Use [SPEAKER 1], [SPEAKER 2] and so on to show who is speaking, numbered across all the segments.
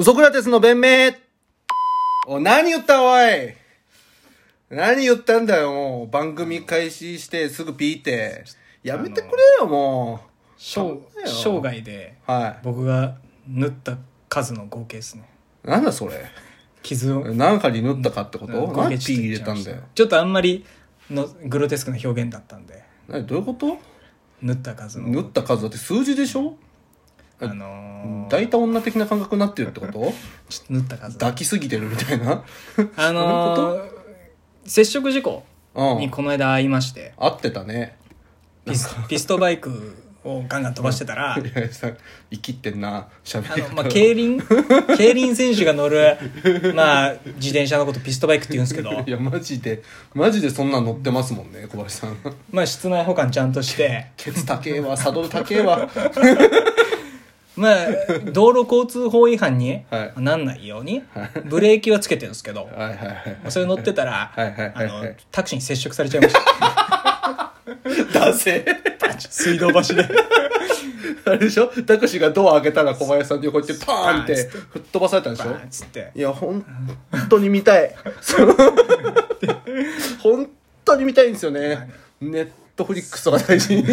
[SPEAKER 1] ソクラテスの弁明お、何言ったおい何言ったんだよ、もう。番組開始してすぐピーって。やめてくれよ、も
[SPEAKER 2] 生
[SPEAKER 1] だよ
[SPEAKER 2] 生涯で
[SPEAKER 1] う。は
[SPEAKER 2] 僕が縫った数の合計ですね
[SPEAKER 1] い。なんだそれ。
[SPEAKER 2] 傷を
[SPEAKER 1] 何針縫ったかってこと
[SPEAKER 2] 合
[SPEAKER 1] 何
[SPEAKER 2] 計
[SPEAKER 1] ピ
[SPEAKER 2] ちょっ
[SPEAKER 1] ー
[SPEAKER 2] と
[SPEAKER 1] 入
[SPEAKER 2] 言
[SPEAKER 1] れ
[SPEAKER 2] っちゃ
[SPEAKER 1] た
[SPEAKER 2] いま
[SPEAKER 1] んだよ。
[SPEAKER 2] しちょっとあんまりのグロテスクな表現だったんで
[SPEAKER 1] 何どういうこと
[SPEAKER 2] 縫った数の
[SPEAKER 1] 縫った数だって数字でしょ
[SPEAKER 2] あのー、
[SPEAKER 1] 大体女的な感覚になってるってこと
[SPEAKER 2] ちょっと縫った数
[SPEAKER 1] 抱きすぎてるみたい な。
[SPEAKER 2] あの
[SPEAKER 1] そう
[SPEAKER 2] ー、接触事故
[SPEAKER 1] う
[SPEAKER 2] に
[SPEAKER 1] ん。
[SPEAKER 2] この間会いまして
[SPEAKER 1] 合ってたね。
[SPEAKER 2] ピスピストバイクをガンガン飛ばして たら
[SPEAKER 1] いやさ、生きってんな、喋
[SPEAKER 2] あ
[SPEAKER 1] り
[SPEAKER 2] の、
[SPEAKER 1] 方
[SPEAKER 2] まあ、競輪競輪選手が乗る、まあ、自転車のことピストバイクって言うんですけど、
[SPEAKER 1] いや、マジで、マジでそんなん乗ってますもんね、小林さん。
[SPEAKER 2] まあ、室内保管ちゃんとして、
[SPEAKER 1] ケツ高えわ、サドル高えわ。
[SPEAKER 2] まあ、道路交通法違反に
[SPEAKER 1] はい
[SPEAKER 2] なんないように、ブレーキはつけてるんですけど、
[SPEAKER 1] はいはいはい。
[SPEAKER 2] それ乗ってたら、
[SPEAKER 1] はいはいはいはい
[SPEAKER 2] あの、タクシーに接触されちゃ いました。
[SPEAKER 1] だせ
[SPEAKER 2] 水道橋で。
[SPEAKER 1] あれでしょタクシーがドア開けたら小林さんの横行ってパーンって
[SPEAKER 2] バーン
[SPEAKER 1] 吹っ飛ばされたんでしょ
[SPEAKER 2] バーンっつって。
[SPEAKER 1] いや、本当に見たい。その 本当に見たいんですよね。ネットフリックスとか大事に。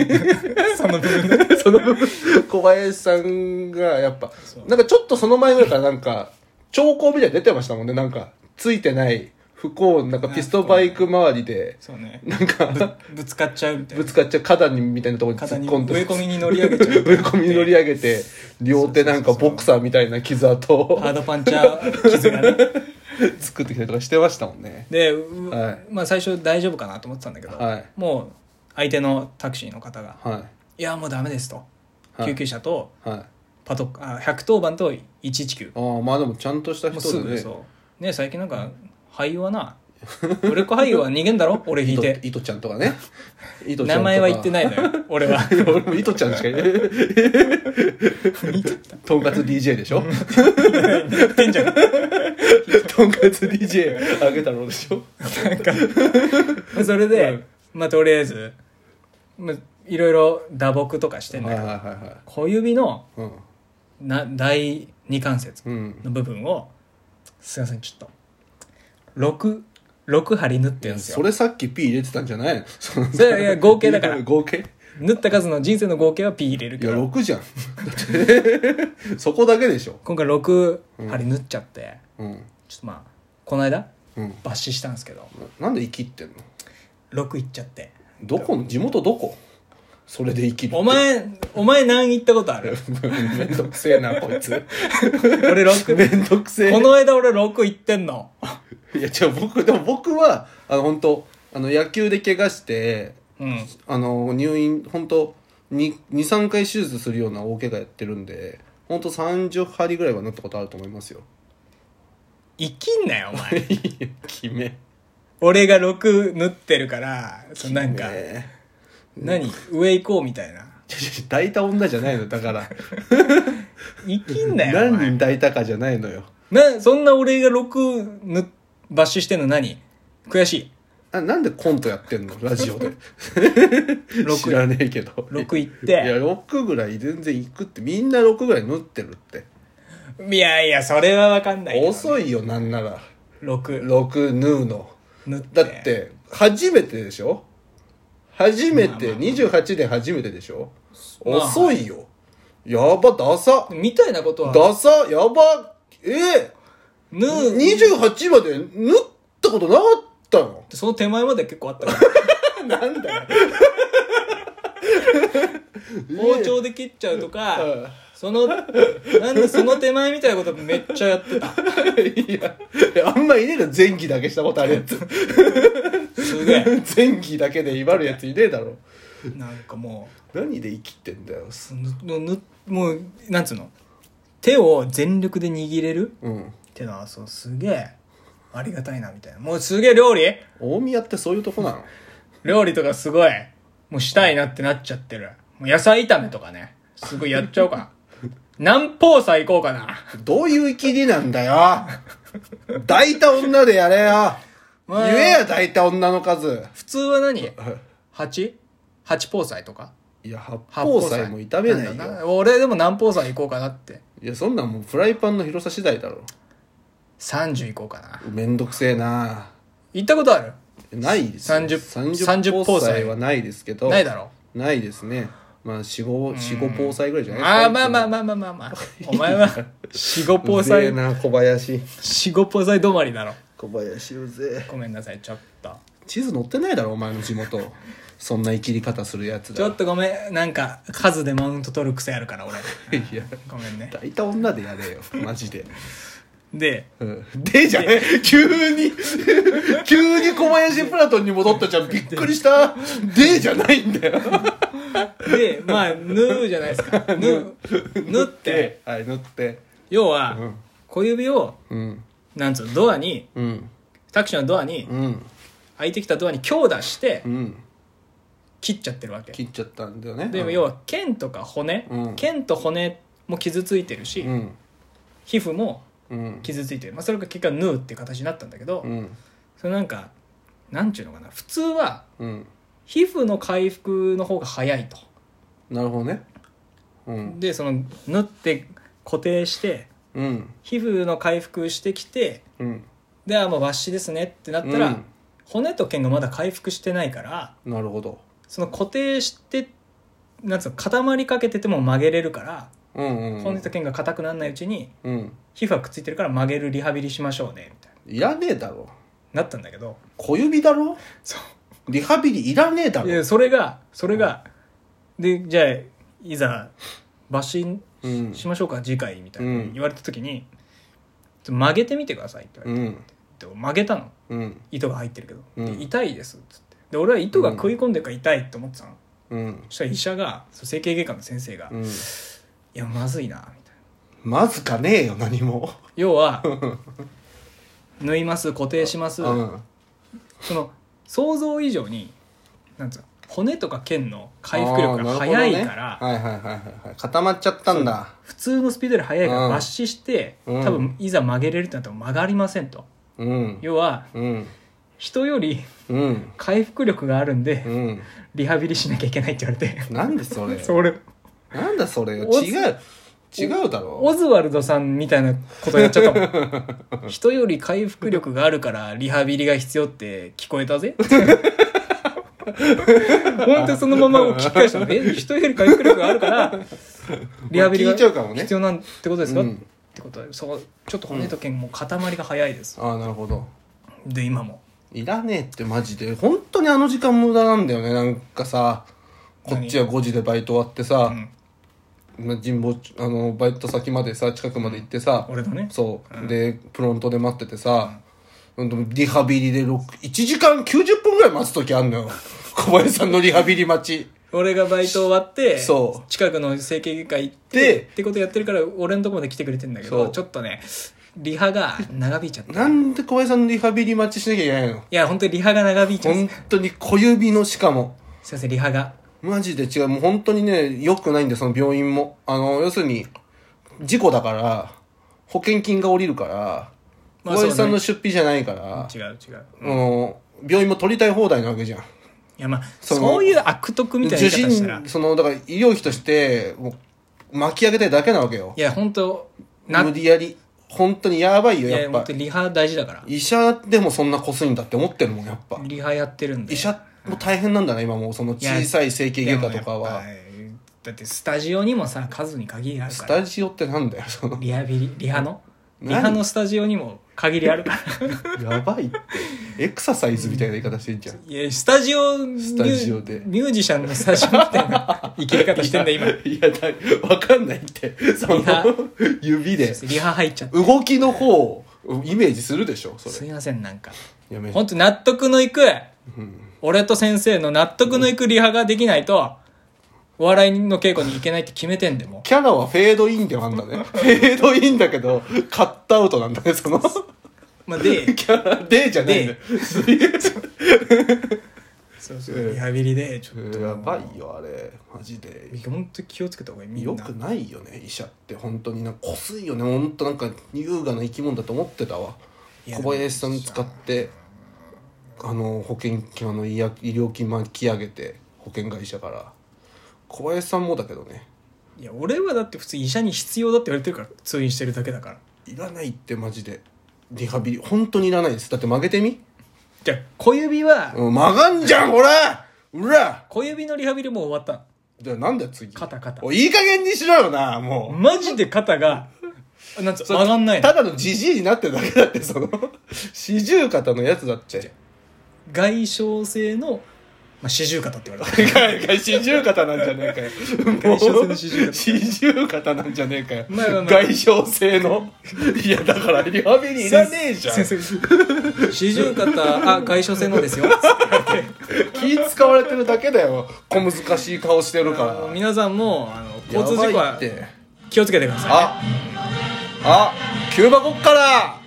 [SPEAKER 2] その部分で。
[SPEAKER 1] その部分小林さんがやっぱなんかちょっとその前ぐらいからなんか兆候みたいに出てましたもんねなんかついてない不幸なんかピストバイク周りで
[SPEAKER 2] そうね。
[SPEAKER 1] なんか
[SPEAKER 2] ぶつかっちゃうみたい
[SPEAKER 1] ぶ
[SPEAKER 2] な。
[SPEAKER 1] つかっちゃう花壇にみたいなところに突
[SPEAKER 2] 肩
[SPEAKER 1] っ
[SPEAKER 2] に、
[SPEAKER 1] 込んで
[SPEAKER 2] 植え込みに乗り上げちゃう。
[SPEAKER 1] 植え込みに乗り上 げて両手なんかボクサーみたいな傷跡を
[SPEAKER 2] ハードパンチャー傷がね。
[SPEAKER 1] 作ってきたりとかしてましたもんね
[SPEAKER 2] で、う
[SPEAKER 1] はい
[SPEAKER 2] まあ最初大丈夫かなと思ってたんだけど、
[SPEAKER 1] はい
[SPEAKER 2] もう相手のタクシーの方が
[SPEAKER 1] は
[SPEAKER 2] 「いやもうダメです」と、
[SPEAKER 1] はい
[SPEAKER 2] 救急車と
[SPEAKER 1] いはい
[SPEAKER 2] パトあ110番と119も
[SPEAKER 1] ああまあでもちゃんとした
[SPEAKER 2] うす
[SPEAKER 1] 人
[SPEAKER 2] ぐ
[SPEAKER 1] でね
[SPEAKER 2] そうね最近なんか俳優はな売れっ子俳優は逃げん だろ俺引い
[SPEAKER 1] 糸
[SPEAKER 2] て
[SPEAKER 1] 糸ちゃんとか ね糸ちゃんとか
[SPEAKER 2] 名前は言ってないの よ俺は
[SPEAKER 1] 俺も 糸ちゃんしかいないとんかつ DJ でしょ
[SPEAKER 2] 言ってんじゃん
[SPEAKER 1] とんかつ DJ あげたろうでしょ
[SPEAKER 2] それで、まあとりあえず、まあ、いろいろ打撲とかしてんだ
[SPEAKER 1] はい
[SPEAKER 2] け
[SPEAKER 1] は
[SPEAKER 2] ど、
[SPEAKER 1] いは
[SPEAKER 2] 小指の
[SPEAKER 1] いはい
[SPEAKER 2] な第二関節
[SPEAKER 1] うんうん
[SPEAKER 2] の部分をすいませんちょっと66針縫ってるんです
[SPEAKER 1] そ
[SPEAKER 2] よ
[SPEAKER 1] れさっき P 入れてたんじゃないのその
[SPEAKER 2] それいや合計だか ら
[SPEAKER 1] 合計
[SPEAKER 2] 縫った数の人生の合計は P 入れる
[SPEAKER 1] い
[SPEAKER 2] け
[SPEAKER 1] や
[SPEAKER 2] ど
[SPEAKER 1] 6じゃんだ ってそこだけでしょ
[SPEAKER 2] 今回6針縫っちゃって、
[SPEAKER 1] うん
[SPEAKER 2] ちょっとまあこの間
[SPEAKER 1] うん
[SPEAKER 2] 抜歯したんですけど
[SPEAKER 1] なんで生きってんの
[SPEAKER 2] 6いっちゃって
[SPEAKER 1] どこの地元どこそれで生きる
[SPEAKER 2] お前お前何行ったことある
[SPEAKER 1] めんどくせえなこ いつ
[SPEAKER 2] 俺6
[SPEAKER 1] めんどくせえ
[SPEAKER 2] この間俺6行ってんの
[SPEAKER 1] いや違う僕でも僕はあの本当あの野球で怪我して
[SPEAKER 2] うん
[SPEAKER 1] あの入院本当に23回手術するような大怪我やってるんで本当30針ぐらいはなったことあると思い ますよ
[SPEAKER 2] 生きんなよお前
[SPEAKER 1] いや決め
[SPEAKER 2] 俺が6縫ってるからそのなんか
[SPEAKER 1] ね
[SPEAKER 2] 何上行こうみたいな
[SPEAKER 1] えちょちょ抱いた女じゃないのだ から
[SPEAKER 2] 生きんなよお前
[SPEAKER 1] 何人抱いたかじゃないのよ
[SPEAKER 2] な、そんな俺が6ぬ、抜歯してんの何悔しい。
[SPEAKER 1] あなんでコントやってんのラジオ で知
[SPEAKER 2] 6、
[SPEAKER 1] らねえけど
[SPEAKER 2] 6行っ
[SPEAKER 1] いや
[SPEAKER 2] て。
[SPEAKER 1] 6ぐらい全然いくってみんな6ぐらい縫ってるって
[SPEAKER 2] いやいや、それはわかんないよ。
[SPEAKER 1] 遅いよなんなら
[SPEAKER 2] 6、
[SPEAKER 1] 6縫うの
[SPEAKER 2] 縫っ
[SPEAKER 1] だ
[SPEAKER 2] て。
[SPEAKER 1] っ。て初めてでしょ初めて、28で初めてでしょ、
[SPEAKER 2] まあ
[SPEAKER 1] 遅いよやばダサ
[SPEAKER 2] みたいなことは、
[SPEAKER 1] ダサやばえ
[SPEAKER 2] ぬ、
[SPEAKER 1] え28まで縫ったことなかったの
[SPEAKER 2] その手前まで結構あっ たから。
[SPEAKER 1] なん だよ
[SPEAKER 2] 包丁で切っちゃうとか
[SPEAKER 1] うん、
[SPEAKER 2] その、なんでその手前みたいなことめっちゃやってた。
[SPEAKER 1] いやあんまいねえの前期だけしたことあるやつ
[SPEAKER 2] すげえ。
[SPEAKER 1] 前期だけで威張るやついねえだろ
[SPEAKER 2] なんかも
[SPEAKER 1] 何で生きてんだよ
[SPEAKER 2] う、ぬ、ぬ、もう、なんつうの手を全力で握れる
[SPEAKER 1] うん
[SPEAKER 2] ってのは、そう、すげえ、ありがたいな、みたいな。もうすげえ料理
[SPEAKER 1] 大宮ってそういうとこなの
[SPEAKER 2] 料理とかすごい、もうしたいなってなっちゃってる。もう野菜炒めとかね、すごいやっちゃおうかな。南方菜行こうかな。
[SPEAKER 1] どういうきりなんだよ抱いた女でやれよ言
[SPEAKER 2] まあ
[SPEAKER 1] えや抱いた女の数
[SPEAKER 2] 普通は何 ?8?8 宝菜とか
[SPEAKER 1] いや、八宝菜も炒めない
[SPEAKER 2] んだ
[SPEAKER 1] よ。
[SPEAKER 2] 俺でも南方菜行こうかなって。
[SPEAKER 1] いいや、そんなんもうフライパンの広さ次第だろ。
[SPEAKER 2] 30行こうかな
[SPEAKER 1] めんどくせえな
[SPEAKER 2] 行ったことある
[SPEAKER 1] ないですよ
[SPEAKER 2] 30
[SPEAKER 1] 30
[SPEAKER 2] 30
[SPEAKER 1] 交際はないですけど。
[SPEAKER 2] ないだろ
[SPEAKER 1] ないですね。まあ、4、5、4、5交際ぐらいじゃない
[SPEAKER 2] ああまあまあまあまあまあまあお前は45
[SPEAKER 1] う
[SPEAKER 2] 交
[SPEAKER 1] ぜ え
[SPEAKER 2] 際
[SPEAKER 1] な、小林。
[SPEAKER 2] 45交際止まりだろ
[SPEAKER 1] 小林うぜえ。
[SPEAKER 2] ごめんなさいちょっと
[SPEAKER 1] 地図載ってないだろ、お前の地元。そんな生きり方するやつ
[SPEAKER 2] ちょ
[SPEAKER 1] だ
[SPEAKER 2] っ。とごめんなんか数でマウント取る癖あるから俺
[SPEAKER 1] いや、
[SPEAKER 2] ごめんね
[SPEAKER 1] 大体女でやれよ、マジで。
[SPEAKER 2] で
[SPEAKER 1] うんでじゃねえ急に急に小林プラトンに戻ったじゃんびっくりしたでじゃないんだよ
[SPEAKER 2] でまあ「ぬ」じゃないで すか「ぬ」「ぬ」って
[SPEAKER 1] はい塗って
[SPEAKER 2] 要は
[SPEAKER 1] ん
[SPEAKER 2] 小指を
[SPEAKER 1] うん
[SPEAKER 2] なんつうのドアに
[SPEAKER 1] うん
[SPEAKER 2] タクシーのドアに
[SPEAKER 1] うん
[SPEAKER 2] 開いてきたドアに強打して
[SPEAKER 1] うん
[SPEAKER 2] 切っちゃってるわけ
[SPEAKER 1] 切っちゃったんだよね
[SPEAKER 2] でも要は腱とか骨
[SPEAKER 1] うん
[SPEAKER 2] 腱と骨も傷ついてるし
[SPEAKER 1] うん
[SPEAKER 2] 皮膚も
[SPEAKER 1] うん
[SPEAKER 2] 傷ついてる、まあ、それが結果ヌーっていう形になったんだけど、
[SPEAKER 1] うん
[SPEAKER 2] そのなんかなんちゅうのかな普通は
[SPEAKER 1] うん
[SPEAKER 2] 皮膚の回復の方が早いと、
[SPEAKER 1] なるほどねうん
[SPEAKER 2] でその縫って固定して
[SPEAKER 1] うん
[SPEAKER 2] 皮膚の回復してきて
[SPEAKER 1] うん
[SPEAKER 2] であもう抜歯ですねってなったら、
[SPEAKER 1] うん
[SPEAKER 2] 骨と腱がまだ回復してないから
[SPEAKER 1] なるほど
[SPEAKER 2] その固定してなんつうの固まりかけてても曲げれるから、
[SPEAKER 1] うんうん
[SPEAKER 2] 骨と腱が硬くならないうちに
[SPEAKER 1] うん
[SPEAKER 2] 皮膚がくっついてるから曲げるリハビリしましょうねみたい
[SPEAKER 1] いらねえだろ
[SPEAKER 2] ななったんだけど
[SPEAKER 1] 小指だろ
[SPEAKER 2] そう
[SPEAKER 1] リハビリいらねえだ
[SPEAKER 2] い
[SPEAKER 1] ろ
[SPEAKER 2] やそれがそれが、でじゃあいざ抜歯
[SPEAKER 1] うん
[SPEAKER 2] しましょうか次回みたい
[SPEAKER 1] うん
[SPEAKER 2] な言われた時に「ちょっと曲げてみてください」って言
[SPEAKER 1] う
[SPEAKER 2] われ
[SPEAKER 1] ん
[SPEAKER 2] て、曲げたの
[SPEAKER 1] うん
[SPEAKER 2] 糸が入ってるけど「で
[SPEAKER 1] うん
[SPEAKER 2] 痛いです」っつってで俺は糸が食い込んでるから痛いって思ってたの、
[SPEAKER 1] うん
[SPEAKER 2] そしたら医者がそう整形外科の先生が「
[SPEAKER 1] う
[SPEAKER 2] い
[SPEAKER 1] ん
[SPEAKER 2] やまずいな」みたいな
[SPEAKER 1] まずかねえよ何も
[SPEAKER 2] 要 は縫います固定します、
[SPEAKER 1] うん
[SPEAKER 2] その想像以上になんつうの骨とか腱の回復力が
[SPEAKER 1] あー
[SPEAKER 2] 早い
[SPEAKER 1] なるほどね
[SPEAKER 2] から、
[SPEAKER 1] はいはいはいはいはい固まっちゃったんだ
[SPEAKER 2] 普通のスピードより速いから
[SPEAKER 1] うん
[SPEAKER 2] 抜歯して、
[SPEAKER 1] うん
[SPEAKER 2] 多分いざ曲げれるってなっても曲がりませんと
[SPEAKER 1] うん
[SPEAKER 2] 要は
[SPEAKER 1] うん
[SPEAKER 2] 人より
[SPEAKER 1] うん
[SPEAKER 2] 回復力があるんで、
[SPEAKER 1] うん
[SPEAKER 2] リハビリしなきゃいけないって言われて、
[SPEAKER 1] なんでそれ
[SPEAKER 2] それ
[SPEAKER 1] なんだそれよ
[SPEAKER 2] お
[SPEAKER 1] 違う違うだろ
[SPEAKER 2] オズワルドさんみたいなことやっちゃった もん人より回復力があるからリハビリが必要って聞こえ たぜ本当にそのまま聞き返したのえ人より回復力があ るからリハビリ
[SPEAKER 1] まあ聞
[SPEAKER 2] が
[SPEAKER 1] いちゃうかもね
[SPEAKER 2] 必要なんてことですか、
[SPEAKER 1] うん
[SPEAKER 2] ってことはそうちょっと骨と腱も塊が早いです、
[SPEAKER 1] ああなるほど
[SPEAKER 2] で今も
[SPEAKER 1] いらねえってマジで本当にあの時間無駄なんだよねなんかさこっちは5時でバイト終わってさ、
[SPEAKER 2] ん
[SPEAKER 1] ま神保町あのバイト先までさ近くまで行ってさ、
[SPEAKER 2] 俺だね
[SPEAKER 1] そう、でプロントで待っててさ、うんでもリハビリで6 1時間90分ぐらい待つ時あんの よ小林さんのリハビリ待ち
[SPEAKER 2] 俺がバイト終わって
[SPEAKER 1] そう
[SPEAKER 2] 近くの整形外科行っ
[SPEAKER 1] で
[SPEAKER 2] てってことやってるから俺のとこまで来てくれてんだけ
[SPEAKER 1] そ
[SPEAKER 2] ど
[SPEAKER 1] う
[SPEAKER 2] ちょっとねリハが長引いちゃった
[SPEAKER 1] ないんで小林さんのリハビリ待ちしなきゃいけ ないの
[SPEAKER 2] や本当にリハが長引いちゃうん
[SPEAKER 1] 本
[SPEAKER 2] です
[SPEAKER 1] 当に小指のしかも
[SPEAKER 2] すいませんリハが
[SPEAKER 1] マジで違うもう本当にね良くないんだよその病院もあの要するに事故だから保険金が下りるから
[SPEAKER 2] ま
[SPEAKER 1] 小
[SPEAKER 2] あ
[SPEAKER 1] 林さんの
[SPEAKER 2] そ
[SPEAKER 1] 出費じゃないから、
[SPEAKER 2] 違う違う
[SPEAKER 1] あの病院も取りたい放題なわけじゃん
[SPEAKER 2] いやまあ
[SPEAKER 1] そ
[SPEAKER 2] そ
[SPEAKER 1] の
[SPEAKER 2] ういう悪徳みたいな
[SPEAKER 1] 受
[SPEAKER 2] 言い方したら
[SPEAKER 1] 診そのだから医療費としてもう巻き上げたいだけなわけよ
[SPEAKER 2] いや本当な
[SPEAKER 1] 無
[SPEAKER 2] い
[SPEAKER 1] 理やり本当にやばいよ
[SPEAKER 2] や
[SPEAKER 1] やっ
[SPEAKER 2] 本
[SPEAKER 1] ぱ
[SPEAKER 2] 当にリハ大事だから
[SPEAKER 1] 医者でもそんなこすいんだって思ってるもんやっぱ
[SPEAKER 2] リハやってるんで
[SPEAKER 1] 医者も大変なんだね今もうその小さい整形外科とか
[SPEAKER 2] いやも
[SPEAKER 1] は
[SPEAKER 2] うやっぱだってスタジオにもさ数に限りある
[SPEAKER 1] ス
[SPEAKER 2] か
[SPEAKER 1] タ
[SPEAKER 2] ら
[SPEAKER 1] ジオってなんだよその
[SPEAKER 2] リハビリリハのリ
[SPEAKER 1] 何
[SPEAKER 2] ハのスタジオにも限りあるから
[SPEAKER 1] やばいってエクササイズみたいな言い方してんじゃん
[SPEAKER 2] いや、スタジオミュ、
[SPEAKER 1] スタジオで
[SPEAKER 2] ミュージシャンのスタジオみたいな生き方してん だ、今。
[SPEAKER 1] いやだわかんないってその
[SPEAKER 2] いや
[SPEAKER 1] 指で
[SPEAKER 2] リハ入っちゃった。
[SPEAKER 1] 動きの方をイメージするでしょそ
[SPEAKER 2] す
[SPEAKER 1] れ
[SPEAKER 2] いません、なんか。
[SPEAKER 1] やめ
[SPEAKER 2] ほんと納得のいく、俺と先生の納得のいくリハができないと、お笑いの稽古に行けないって決めてんでもう。
[SPEAKER 1] キャラはフェードインではあんだ ね。フェードインだけど、カットアウトなんだね、その。 キ
[SPEAKER 2] まあ、で、
[SPEAKER 1] ャラでじゃないんだよ。
[SPEAKER 2] そうそう、リハビリで、ちょっと。
[SPEAKER 1] やばいよ、あれ。マジで。
[SPEAKER 2] ほんと気をつけた方がいい、み
[SPEAKER 1] よ
[SPEAKER 2] んな
[SPEAKER 1] く。ないよね、医者って。本当になんか、こすいよね。本当なんか、優雅な生き物だと思ってたわ。
[SPEAKER 2] いや
[SPEAKER 1] 小林さん使って、あの、保険金、あの、医薬医療金巻き上げて、保険会社から。小林さんもだけどね。
[SPEAKER 2] いや俺はだって普通医者に必要だって言われてるから通院してるだけだから
[SPEAKER 1] いらないってマジでリハビリ本当にいらないですだって曲げてみ、
[SPEAKER 2] じゃあ小指は
[SPEAKER 1] うん、曲がんじゃんほらうら
[SPEAKER 2] 小指のリハビリもう終わった
[SPEAKER 1] じゃあなんだよ次
[SPEAKER 2] 肩肩
[SPEAKER 1] おいいい加減にしろよなもう
[SPEAKER 2] マジで肩がなんつう曲がんないの
[SPEAKER 1] ただのじじいになってるだけだってそ の四十肩のやつだって
[SPEAKER 2] 外傷性の、まあ、四十肩って言われた
[SPEAKER 1] 外外四十肩なんじゃねえかよもう
[SPEAKER 2] 外傷性の四十肩
[SPEAKER 1] 四十肩なんじゃねえかよ、
[SPEAKER 2] まあまあまあ
[SPEAKER 1] 外傷性のいやだからリハビ リいらねえじゃん
[SPEAKER 2] 先生四十肩あ外傷性 のですよ
[SPEAKER 1] 気使われてるだけだよ小難しい顔してるから
[SPEAKER 2] あの皆さんもあの交通事
[SPEAKER 1] や
[SPEAKER 2] 故
[SPEAKER 1] ばい
[SPEAKER 2] は
[SPEAKER 1] って
[SPEAKER 2] 気をつけてください
[SPEAKER 1] ああキューバ国から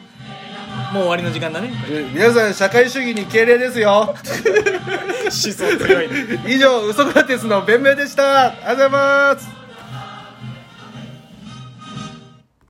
[SPEAKER 2] もう終わりの時間 だね
[SPEAKER 1] え皆さん社会主義に敬礼ですよ
[SPEAKER 2] 思想強いね
[SPEAKER 1] 以上ウソクラテスの弁明でしたありがとうございます